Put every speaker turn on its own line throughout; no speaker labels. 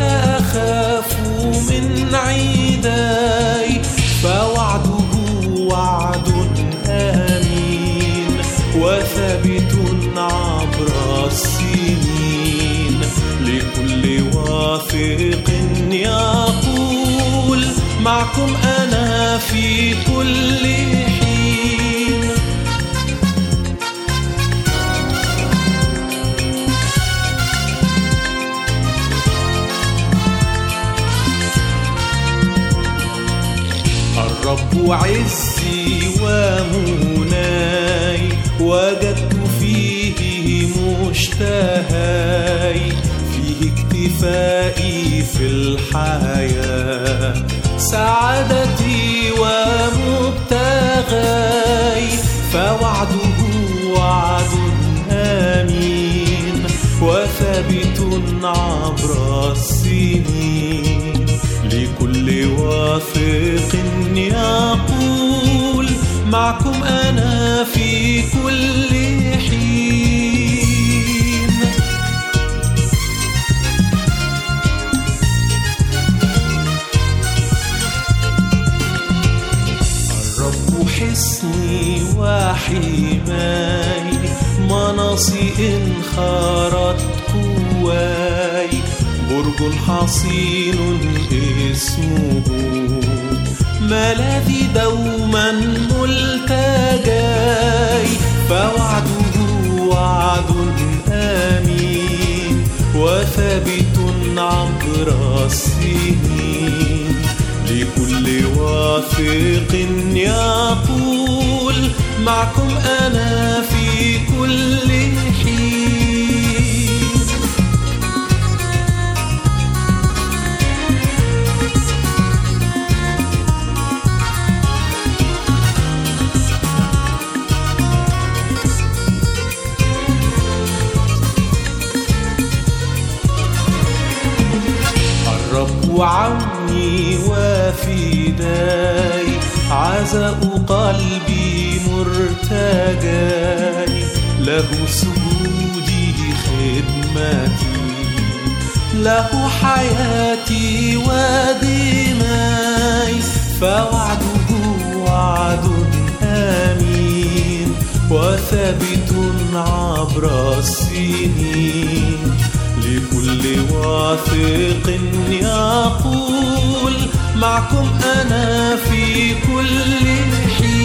أخاف من عيداي فوعده وعد آمين وثابت عبر السنين لكل واثق يقول معكم أنا في كل حين الرب عزي ومناي وجدت فيه مشتهاي فيه اكتفائي في الحياة سعادتي ومبتغاي فوعده وعد آمين وثابت عبر السنين لكل واثق يقول معكم أنا في كل حين الرب حصني وحماي مناصي إن خرت قواي برج حصين اسمه ملاذي دوما ملتجاي فوعده وعد آمين وثابت عبر السنين لكل واثق يقول معكم أنا في كل حين الرب عوني وفداي عزاء قلبي مرتجاي له سجودي خدمتي له حياتي ودماي فوعده وعد آمين وثابت عبر السنين لكل واثق يقول معكم أنا في كل حين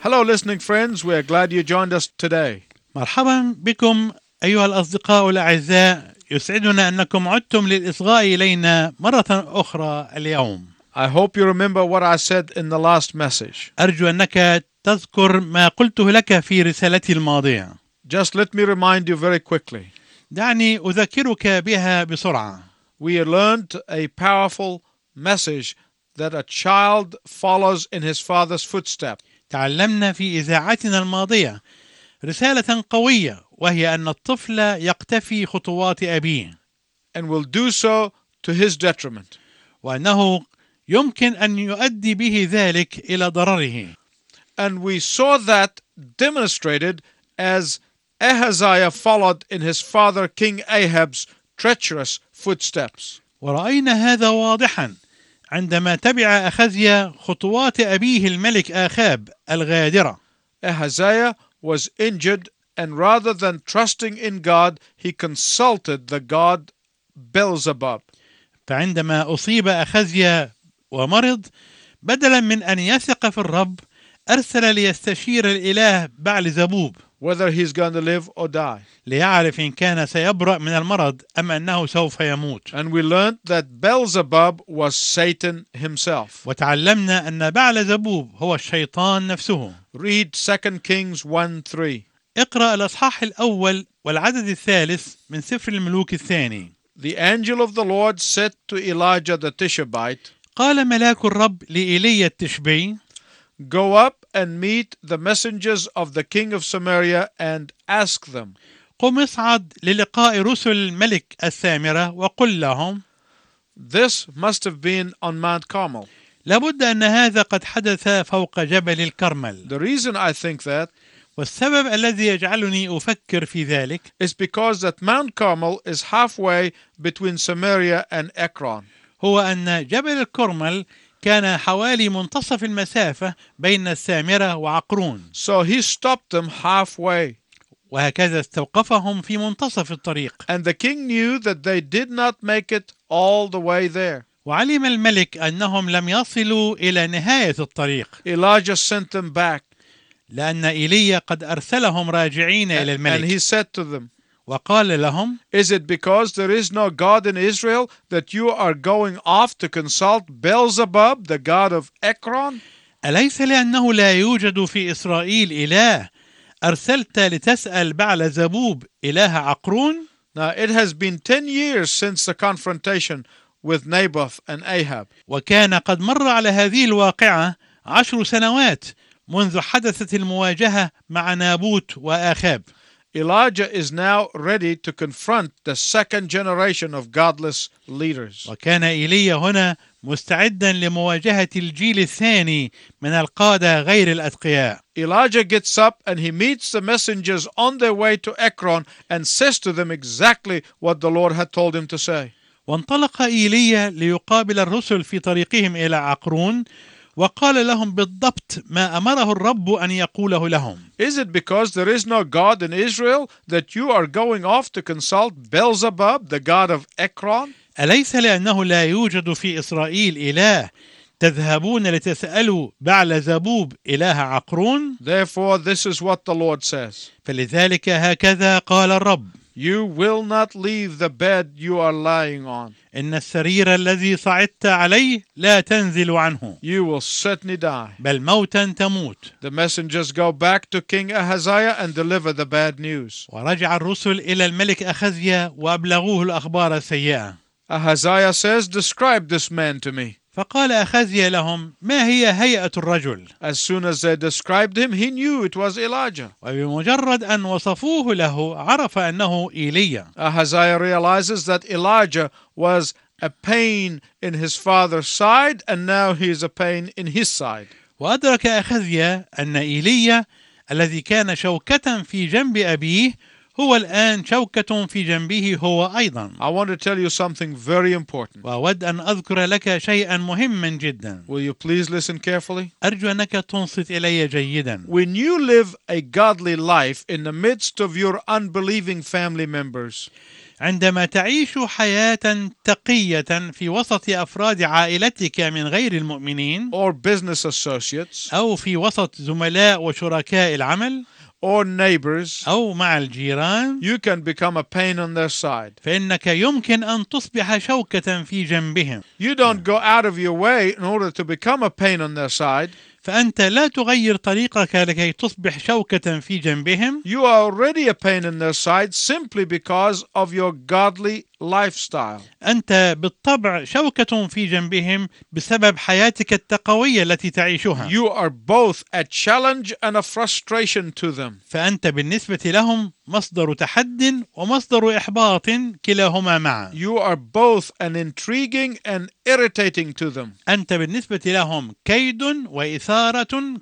Hello, listening friends. We're glad you joined us today.
مرحبا بكم أيها الأصدقاء الأعزاء يسعدنا أنكم عدتم للإصغاء إلينا مرة أخرى اليوم
I hope you remember what I said in the last message.
أرجو أنك تذكر ما قلته لك في رسالتي الماضية
Just let me remind you very quickly.
دعني أذكرك بها بسرعة
We learned a powerful message that a child follows in his father's footsteps.
تعلمنا في إذاعتنا الماضية رسالة قوية وهي أن الطفل يقتفي خطوات أبيه
and will do so to his detriment.
وأنه يمكن أن يؤدي به ذلك إلى ضرره
And we saw that demonstrated as Ahaziah followed in his father King Ahab's treacherous footsteps.
ورأينا هذا واضحا عندما تبع أخزيا خطوات أبيه الملك آخاب الغادرة
Ahaziah was injured, and rather than trusting in God, he consulted the god Beelzebub.
فعندما أصيب أخزيا ومرض بدلا من أن يثق في الرب أرسل ليستشير الإله بعل زبوب
Whether he's going to live or die.
ليعرف إن كان سيبرأ من المرض أم أنه سوف يموت
And we learned that Beelzebub was Satan himself.
وتعلمنا أن بعل زبوب هو الشيطان نفسه
Read 2 Kings 1 3.
اقرأ الأصحاح الأول والعدد الثالث من سفر الملوك الثاني
The angel of the Lord said to Elijah the Tishbite,
قال ملاك الرب لإيليا التشبيعي
Go up and meet the messengers of the king of Samaria and ask them,
قم اصعد للقاء رسل الملك السامرة وقل لهم
This must have been on Mount Carmel.
لابد أن هذا قد حدث فوق جبل الكرمل
The reason I think that
والسبب الذي يجعلني أفكر في ذلك
is because that Mount Carmel is halfway between Samaria and Ekron.
هو أن جبل الكرمل كان حوالي منتصف المسافة بين السامرة وعقرون
So he stopped them halfway.
وهكذا استوقفهم في منتصف الطريق
And the king knew that they did not make it all the way there.
وعلم الملك أنهم لم يصلوا إلى نهاية الطريق
Elijah sent them back.
لأن إيليا قد أرسلهم راجعين إلى
And
الملك
he said to them,
وقال لهم
Is it because there is no God in Israel that you are going off to consult Beelzebub, the god of Ekron?
أليس لأنه لا يوجد في إسرائيل إله أرسلت لتسأل بعل زبوب إله عقرون
Now, it has been 10 years since the confrontation with Naboth and Ahab.
وكان قد مر على هذه الواقعة عشر سنوات منذ حدثت المواجهة مع نابوت وآخاب
Elijah is now ready to confront the second generation of godless leaders.
وكان إيليا هنا مستعدا لمواجهة الجيل الثاني من القادة غير الأتقياء
Elijah gets up and he meets the messengers on their way to Ekron and says to them exactly what the Lord had told him to say.
وانطلق ايليا ليقابل الرسل في طريقهم الى عقرون وقال لهم بالضبط ما امره الرب ان يقوله لهم
Is it because there is no God in Israel that you are going off to consult Beelzebub, the god of Ekron?
اليس لانه لا يوجد في اسرائيل اله تذهبون لتسالوا بعل زبوب اله عقرون
Therefore, this is what the Lord says
فلذلك هكذا قال الرب
You will not leave the bed you are lying on.
ان السرير الذي صعدت عليه لا تنزل عنه
You will certainly die.
بل موتا تموت
The messengers go back to King Ahaziah and deliver the bad news.
ورجع الرسل الى الملك اخزيا وابلغوه الاخبار السيئه
Ahaziah says, Describe this man to me.
فقال أخزي لهم ما هي هيئة الرجل
As soon as they described him, he knew it was Elijah.
وبمجرد أن وصفوه له عرف أنه إيليا
Ahaziah realizes that Elijah was a pain in his father's side, and now he is a pain in his side.
وأدرك أخزي أن إيليا الذي كان شوكة في جنب أبيه هو الآن شوكة في جنبه هو أيضا
I want to tell you something very important.
وأود أن أذكر لك شيئا مهما جدا
Will you please listen carefully?
أرجو أنك تنصت إلي جيدا
When you live a godly life in the midst of your unbelieving family members,
عندما تعيش حياة تقية في وسط أفراد عائلتك من غير المؤمنين
or business associates,
أو في وسط زملاء وشركاء العمل
or neighbors,
أو مع الجيران
you can become a pain on their side.
فإنك يمكن أن تصبح شوكة في جنبهم
You don't go out of your way in order to become a pain on their side.
فأنت لا تغير طريقك لكي تصبح شوكة في جنبهم
You are already a pain in their side simply because of your godly lifestyle.
أنت بالطبع شوكة في جنبهم بسبب حياتك التقوية التي تعيشها
You are both a challenge and a frustration to them.
فأنت بالنسبة لهم مصدر تحد ومصدر إحباط كلاهما معا
You are both an intriguing and irritating to them.
أنت بالنسبة لهم كيد وإثارة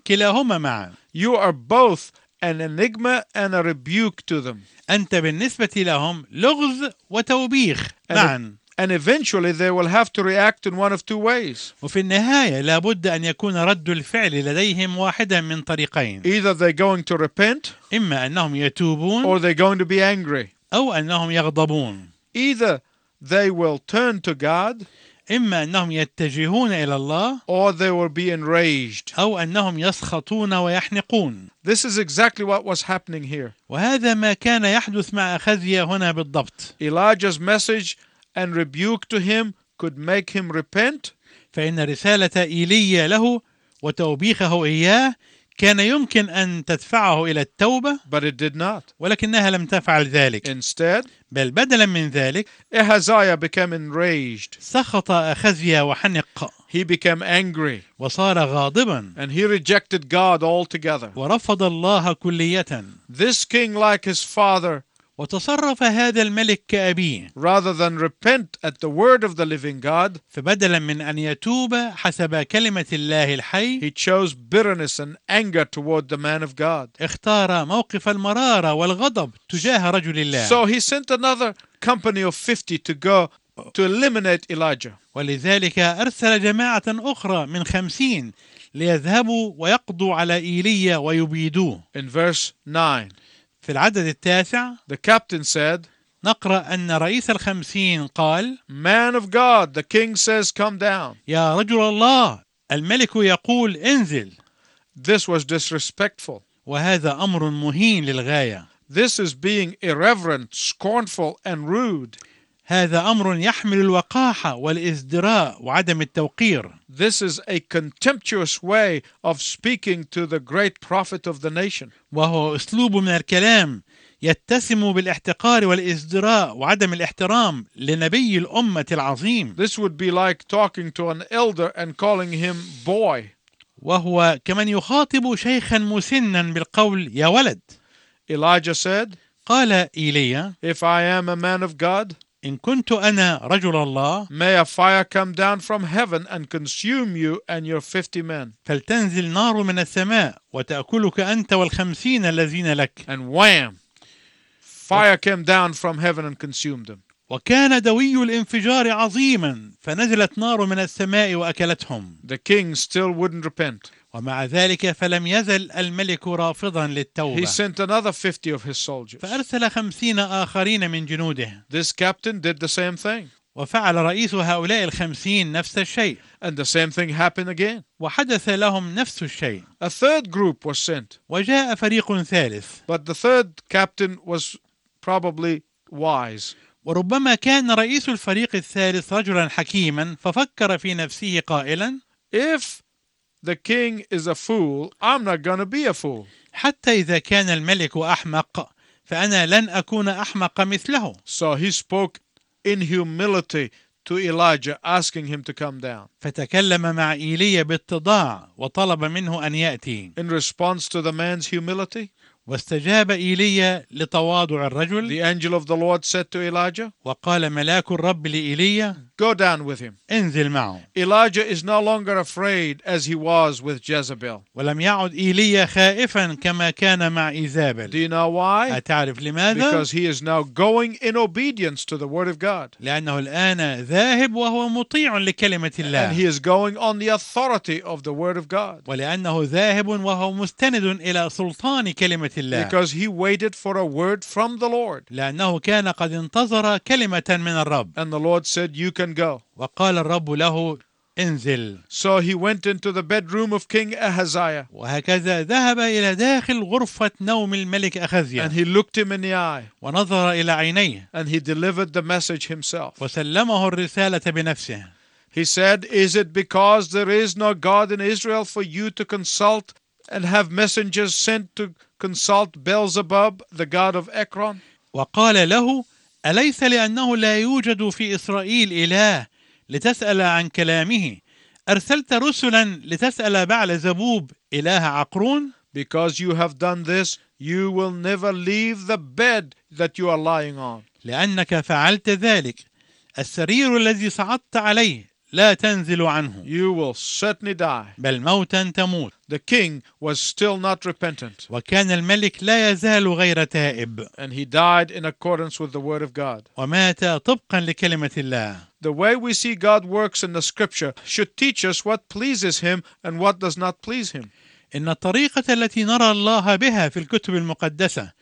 كلاهما معا
You are both an enigma and a rebuke to them.
أنت بالنسبة لهم لغز وتوبيخ نعم. معا
And, e- and eventually they will have to react in one of two ways.
وفي النهاية لابد أن يكون رد الفعل لديهم واحدا من طريقين
Either they're going to repent
إما أنهم يتوبون
or they're going to be angry.
أو أنهم يغضبون
Either they will turn to God
إما أنهم يتجهون إلى الله
or they will be enraged.
أو أنهم يسخطون ويحنقون
This is exactly what was happening here.
وهذا ما كان يحدث مع أخزيا هنا بالضبط
Elijah's message and rebuke to him could make him repent,
فإن رسالة إيليا له وتوبيخه إياه كان يمكن أن تدفعه إلى التوبة
but it did not.
ولكنها لم تفعل ذلك
Instead,
بل بدلا من ذلك
Ahaziah became enraged.
سخط أخزيا وحنق
He became angry
وصار غاضبا
and he rejected God altogether.
ورفض الله كلية
This king, like his father,
وتصرف هذا الملك كأبيه
rather than repent at the word of the living God,
فبدلا من أن يتوب حسب كلمة الله الحي
he chose bitterness and anger toward the man of God.
اختار موقف المرارة والغضب تجاه رجل الله
So he sent another company of 50 to go to eliminate Elijah.
ولذلك أرسل جماعة أخرى من خمسين ليذهبوا ويقضوا على إيليا ويبيدوه
In verse 9,
في العدد التاسع
the captain said,
نقرأ أن رئيس الخمسين قال
Man of God, the king says, come down.
يا رجل الله الملك يقول انزل
This was disrespectful.
وهذا أمر مهين للغاية
This is being irreverent, scornful, and rude.
هذا أمر يحمل الوقاحة والازدراء وعدم التوقير
This is a contemptuous way of speaking to the great prophet of the nation.
وهو أسلوب من الكلام يتسم بالاحتقار والازدراء وعدم الاحترام لنبي الأمة العظيم
This would be like talking to an elder and calling him boy.
وهو كمن يخاطب شيخا مسنا بالقول يا ولد
Elijah said,
قال إيليا
If I am a man of God,
إن كنت أنا رجل الله
may a fire come down from heaven and consume you and your fifty men.
فلتنزل نار من السماء وتأكلك أنت والخمسين الذين لك
And wham! Fire came down from heaven and consumed them.
وكان دوي الانفجار عظيما فنزلت نار من السماء وأكلتهم
The king still wouldn't repent.
ومع ذلك فلم يزل الملك رافضا
He
للتوبة
sent another 50 of his soldiers.
فأرسل خمسين آخرين من جنوده
This captain did the same thing.
وفعل رئيس هؤلاء الخمسين نفس الشيء
And the same thing happened again.
وحدث لهم نفس الشيء
A third group was sent,
وجاء فريق ثالث
but the third captain was probably wise.
وربما كان رئيس الفريق الثالث رجلا حكيما ففكر في نفسه قائلا
If the king is a fool, I'm not going to be a fool.
حتى إذا كان الملك أحمق فأنا لن أكون أحمق مثله
So he spoke in humility to Elijah, asking him to come down.
فتكلم مع إيليا باتضاع وطلب منه أن يأتي
In response to the man's humility,
واستجاب إيليا لتواضع الرجل
the angel of the Lord said to Elijah,
وقال ملاك الرب لإيليا
Go down with him.
انزل معه
Elijah is no longer afraid as he was with Jezebel.
ولم يعد إيليا خائفا كما كان مع
Do
إيزابل
you know why?
أتعرف لماذا؟
Because he is now going in obedience to the word of God.
لأنه الآن ذاهب وهو مطيع لكلمة
And
الله
he is going on the authority of the word of God.
ولأنه ذاهب وهو مستند إلى سلطان كلمة الله
Because he waited for a word from the Lord.
لأنه كان قد انتظر كلمة من الرب
And the Lord said, You can go.
وقال الرب له انزل
So he went into the bedroom of King Ahaziah
وهكذا ذهب إلى داخل غرفة نوم الملك
and
أخزيا
he looked him in the eye
ونظر إلى عينيه
and he delivered the message himself.
وسلمه الرسالة بنفسه
He said, Is it because there is no God in Israel for you to consult and have messengers sent to consult Beelzebub, the god of Ekron?
وقال له أليس لأنه لا يوجد في إسرائيل إله لتسأل عن كلامه أرسلت رسلا لتسأل بعل زبوب إله عقرون
Because you have done this, you will never leave the bed that you are lying on.
لأنك فعلت ذلك السرير الذي صعدت عليه لا تنزل عنه
You will certainly die.
بل موتا تموت
The king was still not repentant,
وكان الملك لا يزال غير تائب
and he died in accordance with the word of God.
ومات طبقا لكلمة الله
The way we see God works in the scripture should teach us what pleases him and what does not please him.
إن الطريقة التي نرى الله بها في الكتب المقدسة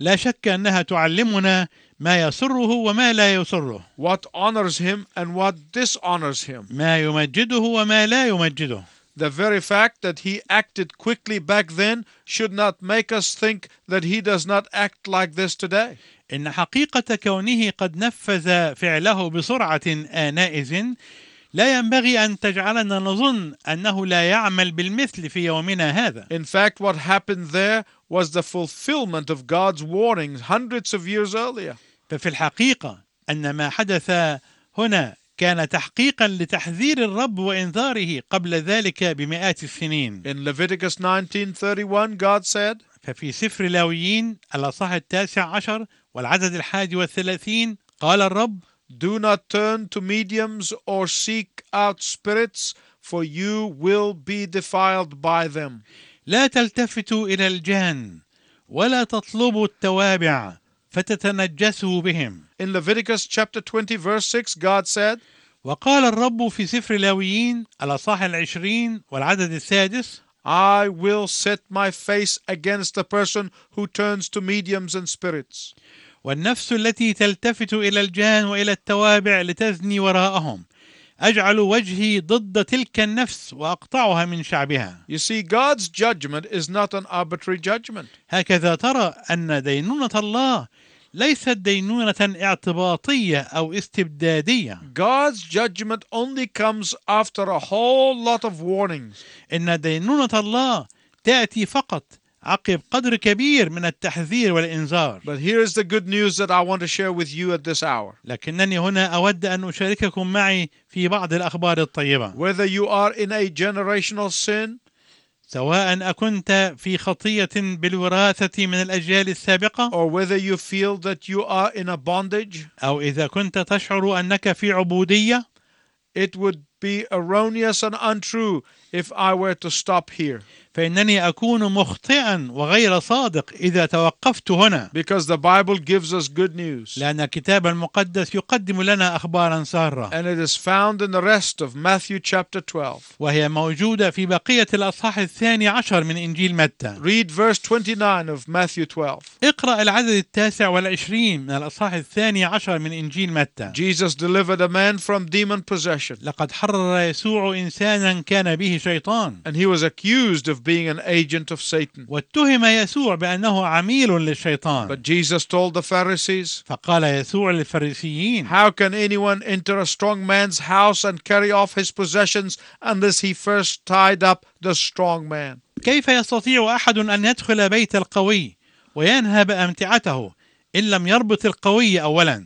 لا شك أنها تعلمنا ما يسره وما لا يسره
what honors him and what dishonors him.
ما يمجده وما لا يمجده
The very fact that he acted quickly back then should not make us think that he does not act like this today.
إن حقيقة كونه قد نفذ فعله بسرعة آنئذ لا ينبغي أن تجعلنا نظن أنه لا يعمل بالمثل في يومنا هذا
In fact, what happened there was the fulfillment of God's warning hundreds of years earlier.
ففي الحقيقة أن ما حدث هنا كان تحقيقا لتحذير الرب وإنذاره قبل ذلك بمئات السنين
In Leviticus 19:31, God said,
ففي سفر لاويين الأصحاح التاسع عشر والعدد الحادي والثلاثين قال الرب
Do not turn to mediums or seek out spirits, for you will be defiled by them.
لا تلتفتوا إلى الجان ولا تطلبوا التوابع فتتنجسوا بهم
In Leviticus chapter 20, verse 6, God said,
وقال الرب في سفر لاويين الأصحاح العشرين والعدد السادس
I will set my face against the person who turns to mediums and spirits.
والنفس التي تلتفت إلى الجان وإلى التوابع لتزني وراءهم أجعل وجهي ضد تلك النفس وأقطعها من شعبها
You see, God's judgment is not an arbitrary judgment.
هكذا ترى أن دينونة الله ليست دينونة اعتباطية أو استبدادية
God's judgment only comes after a whole lot of warnings.
إن دينونة الله تأتي فقط عقب قدر كبير من التحذير والإنذار
But here is the good news that I want to share with you at this hour.
لكنني هنا أود أن أشارككم معي في بعض الأخبار الطيبة
Whether you are in a generational sin,
سواء أكنت في خطية بالوراثة من الأجيال السابقة
or whether you feel that you are in a bondage,
أو إذا كنت تشعر أنك في عبودية
it would be erroneous and untrue if I were to stop here.
فإنني أكون مخطئا وغير صادق إذا توقفت هنا
Because the Bible gives us good news.
لأن الكتاب المقدس يقدم لنا أخبارا سارة
And it is found in the rest of Matthew chapter 12.
وهي موجودة في بقية الأصحاح الثاني عشر من إنجيل متى
Read verse 29 of Matthew 12.
اقرأ العدد التاسع والعشرين من الأصحاح الثاني عشر من إنجيل متى
Jesus delivered a man from demon possession,
لقد حرر يسوع إنسانا كان به شيطان
and he was accused of being an agent of Satan.
واتهم يسوع بأنه عميل للشيطان
But Jesus told the Pharisees,
فقال يسوع للفريسيين
How can anyone enter a strong man's house and carry off his possessions unless he first tied up the strong man?
كيف يستطيع أحد أن يدخل بيت القوي وينهب أمتعته إن لم يربط القوي أولا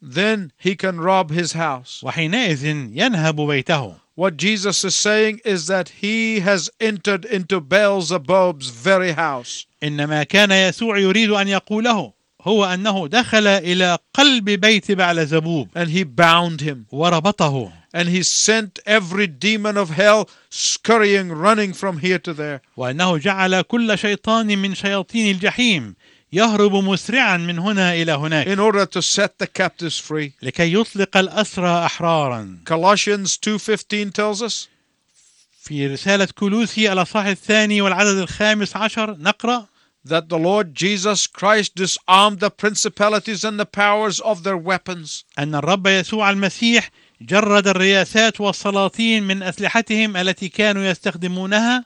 Then he can rob his house.
وحينئذ ينهب بيته
What Jesus is saying is that he has entered into Beelzebub's very house.
إن ما كان يسوع يريد أن يقوله هو أنه دخل إلى قلب بيت بعلزبوب
and he bound him
وربطه
and he sent every demon of hell scurrying running from here to there
وأنه جعل كل شيطان من شياطين الجحيم يهرب مسرعا من هنا إلى هناك
in order to set the captives free
لكي يطلق الأسرى أحرارا
colossians 2.15 tells us
في رسالة كلوسي الأصحاح الثاني والعدد الخامس عشر نقرأ
that the lord jesus christ disarmed the principalities and the powers of their weapons
أن الرب يسوع المسيح جرد الرياسات والسلاطين من أسلحتهم التي كانوا يستخدمونها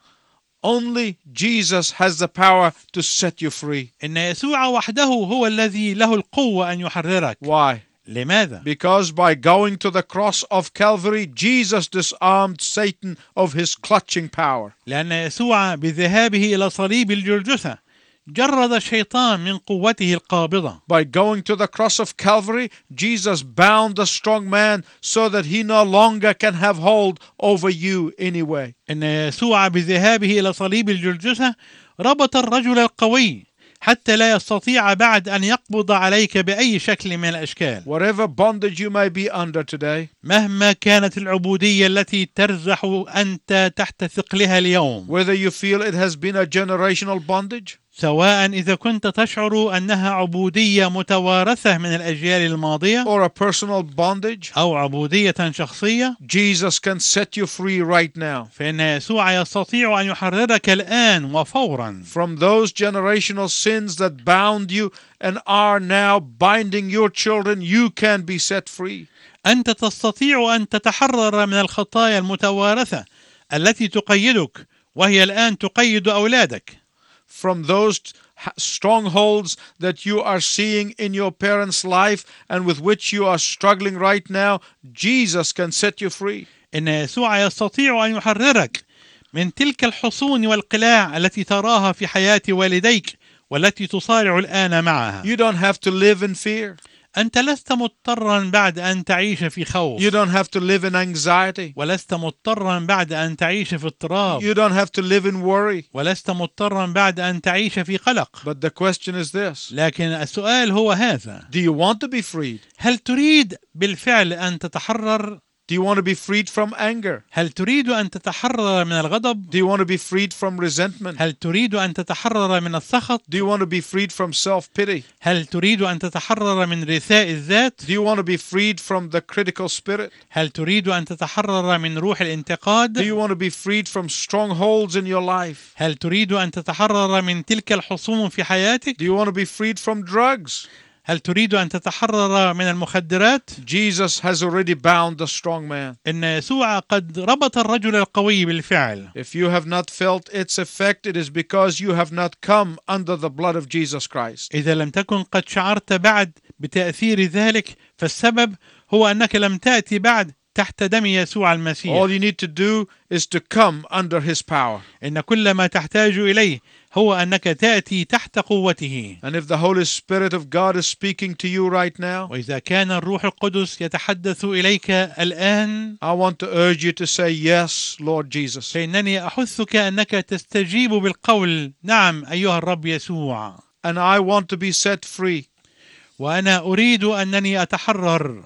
only jesus has the power to set you free
إن يسوع وحده هو الذي له القوة أن يحررك
why
لماذا؟
because by going to the cross of calvary jesus disarmed satan of his clutching power
لأن يسوع بذهابه إلى صليب الجلجثة جرد الشيطان من قوته القابضة
By going to the cross of Calvary, Jesus bound the strong man so that he no longer can have hold over you anyway.
إن يسوع بذهابه إلى صليب الجلجثة ربط الرجل القوي حتى لا يستطيع بعد أن يقبض عليك بأي شكل من الأشكال
Whatever bondage you may be under today,
مهما كانت العبودية التي ترزح أنت تحت ثقلها اليوم
whether you feel it has been a generational bondage,
سواء إذا كنت تشعر أنها عبودية متوارثة من الأجيال الماضية
or a personal bondage,
أو عبودية شخصية
Jesus can set you free right now
فإن يسوع يستطيع أن يحررك الآن وفورا
from those generational sins that bound you and are now binding your children. You can be set free.
أنت تستطيع أن تتحرر من الخطايا المتوارثة التي تقيدك وهي الآن تقيد أولادك
from those ha- strongholds that you are seeing in your parents' life and with which you are struggling right now, Jesus can set you free.
ان يسوع يستطيع ان يحررك من تلك الحصون والقلاع التي تراها في حياه والديك والتي تصارع الان معها
You don't have to live in fear.
انت لست مضطرا بعد ان تعيش في خوف
You don't have to live in anxiety.
ولست مضطرا بعد ان تعيش في اضطراب
You don't have to live in worry.
ولست مضطرا بعد ان تعيش في قلق
But the question is this
لكن السؤال هو هذا
Do you want to be freed?
هل تريد بالفعل ان تتحرر
Do you want to be freed from anger?
هل تريد ان تتحرر من الغضب
Do you want to be freed from resentment?
هل تريد ان تتحرر من السخط
Do you want to be freed from self pity?
هل تريد ان تتحرر من رثاء الذات
Do you want to be freed from the critical spirit?
هل تريد ان تتحرر من روح
Do
الانتقاد
you want to be freed from strongholds in your life?
هل تريد ان تتحرر من تلك الحصون في حياتك
Do you want to be freed from drugs?
هل تريد ان تتحرر من المخدرات
Jesus has already bound the strong man.
ان يسوع قد ربط الرجل القوي بالفعل
If you have not felt its effect, it is because you have not come under the blood of Jesus Christ.
اذا لم تكن قد شعرت بعد بتاثير ذلك فالسبب هو انك لم تاتي بعد تحت دم يسوع المسيح
All you need to do is to come under his power.
ان كل ما تحتاج اليه هو انك تاتي تحت قوته
And if the Holy Spirit of God is speaking to you right now,
واذا كان الروح القدس يتحدث اليك الان
I want to urge you to say, Yes, Lord Jesus.
فانني احثك انك تستجيب بالقول نعم ايها الرب يسوع
And I want to be set free.
وانا اريد انني اتحرر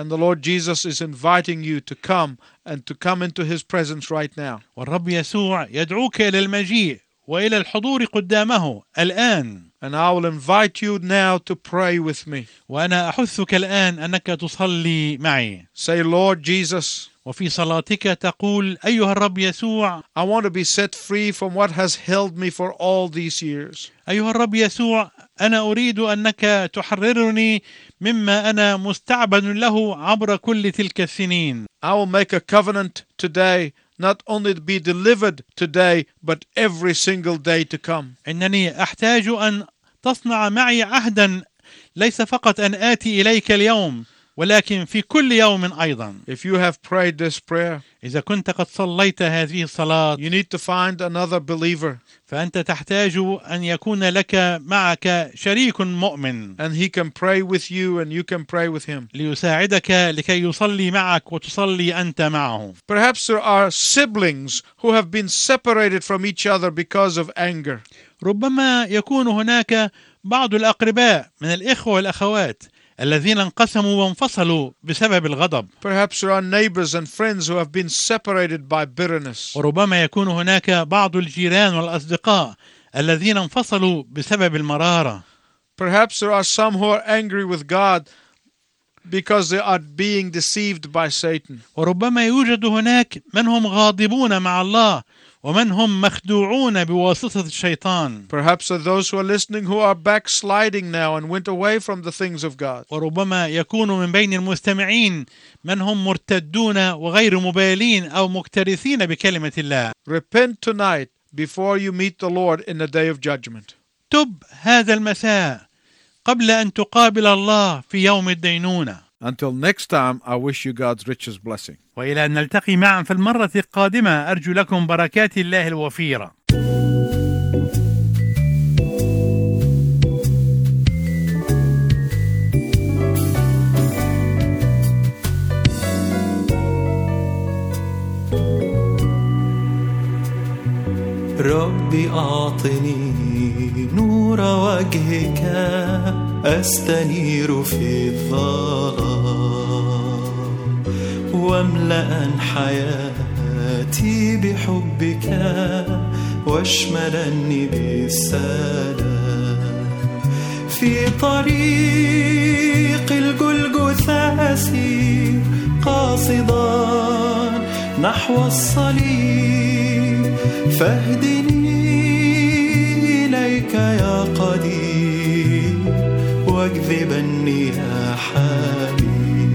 And the Lord Jesus is inviting you to come and to come into his presence right now.
والرب يسوع يدعوك الى المجيء والى الحضور قدامه الان
And I will invite you now to pray with me.
وانا احثك الان انك تصلي معي
Say, Lord Jesus,
وفي صلاتك تقول ايها الرب يسوع
I want to be set free from what has held me for all these years.
ايها الرب يسوع انا اريد انك تحررني مما انا مستعبد له عبر كل تلك السنين
I will make a covenant today, not only to be delivered today, but every single day to come.
انني احتاج ان تصنع معي عهدا ليس فقط ان اتي اليك اليوم ولكن في كل يوم ايضا
If you have prayed this prayer,
اذا كنت قد صليت هذه الصلاه
you need to find another believer,
فانت تحتاج ان يكون لك معك شريك مؤمن
and he can pray with you and you can pray with him.
ليساعدك لكي يصلي معك وتصلي انت معه
Perhaps there are siblings who have been separated from each other because of anger.
ربما يكون هناك بعض الاقرباء من الاخوه والاخوات الذين انقسموا وانفصلوا بسبب الغضب
Perhaps there are neighbors and friends who have been separated by bitterness.
وربما يكون هناك بعض الجيران والاصدقاء الذين انفصلوا بسبب المراره
Perhaps there are some who are angry with God because they are being deceived by Satan.
وربما يوجد هناك من هم غاضبون مع الله ومن هم مخدوعون بواسطه الشيطان
Perhaps there are those who are listening who are backsliding now and went away from the things of God.
وربما يكون من بين المستمعين من هم مرتدون وغير مبالين او مكترثين بكلمه الله
Repent tonight before you meet the Lord in the day of judgment.
تب هذا المساء قبل ان تقابل الله في يوم الدينونه
Until next time, I wish you God's richest blessing.
والى ان نلتقي معا في المره القادمه ارجو لكم بركات الله الوفيره
ربي أعطني نور وجهك أستنير في الظلام واملأ حياتي بحبك واشملني بالسلام في طريق الجلجثة أسير قاصدا نحو الصليب فاهدني إليك يا قدير واجذبني يا حبيب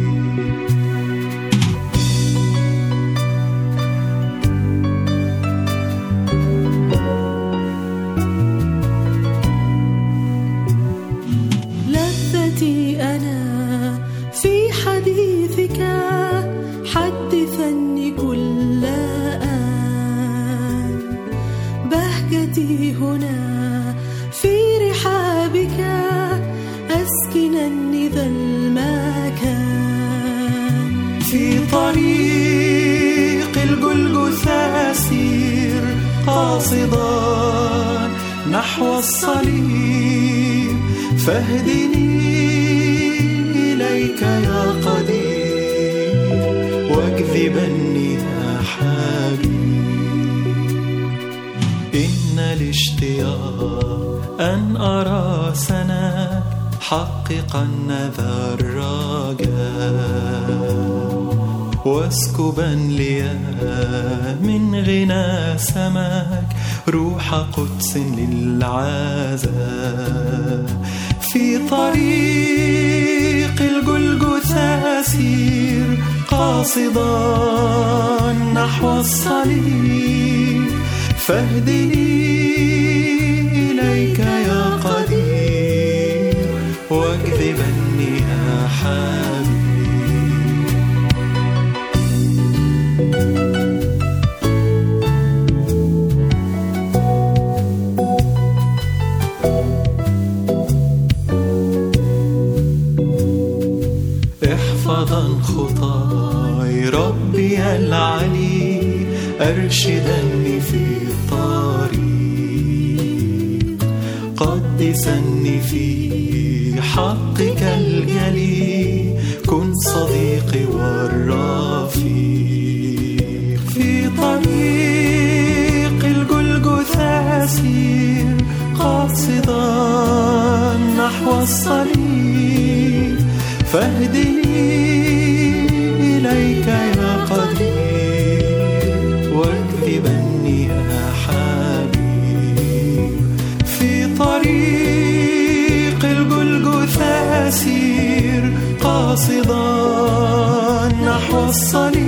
بيتي هنا في رحابك أسكنني ذا المكان
في طريق الجلجثة أسير قاصدا نحو الصليب فاهدني إليك يا قدير واكذبني يا حبيب إن الاشتياق أن أرى سناك حققن ذا الرجاء واسكبا لي من غنى سماك روح قدس للعزاء في طريق الجلجثة أسير قاصدا نحو الصليب فاهدني إليك يا قدير واكذبني يا حبيب احفظا خطاي ربي العلي أرشدني في الطريق قدسني في حقك الجلي كن صديقي والرفيق في طريق الجلجثة أسير قاصدا نحو الصليب فاهدني إليك يا قدير واكذبني يا حبيب في طريق الجلجثة أسير قاصدا نحو الصليب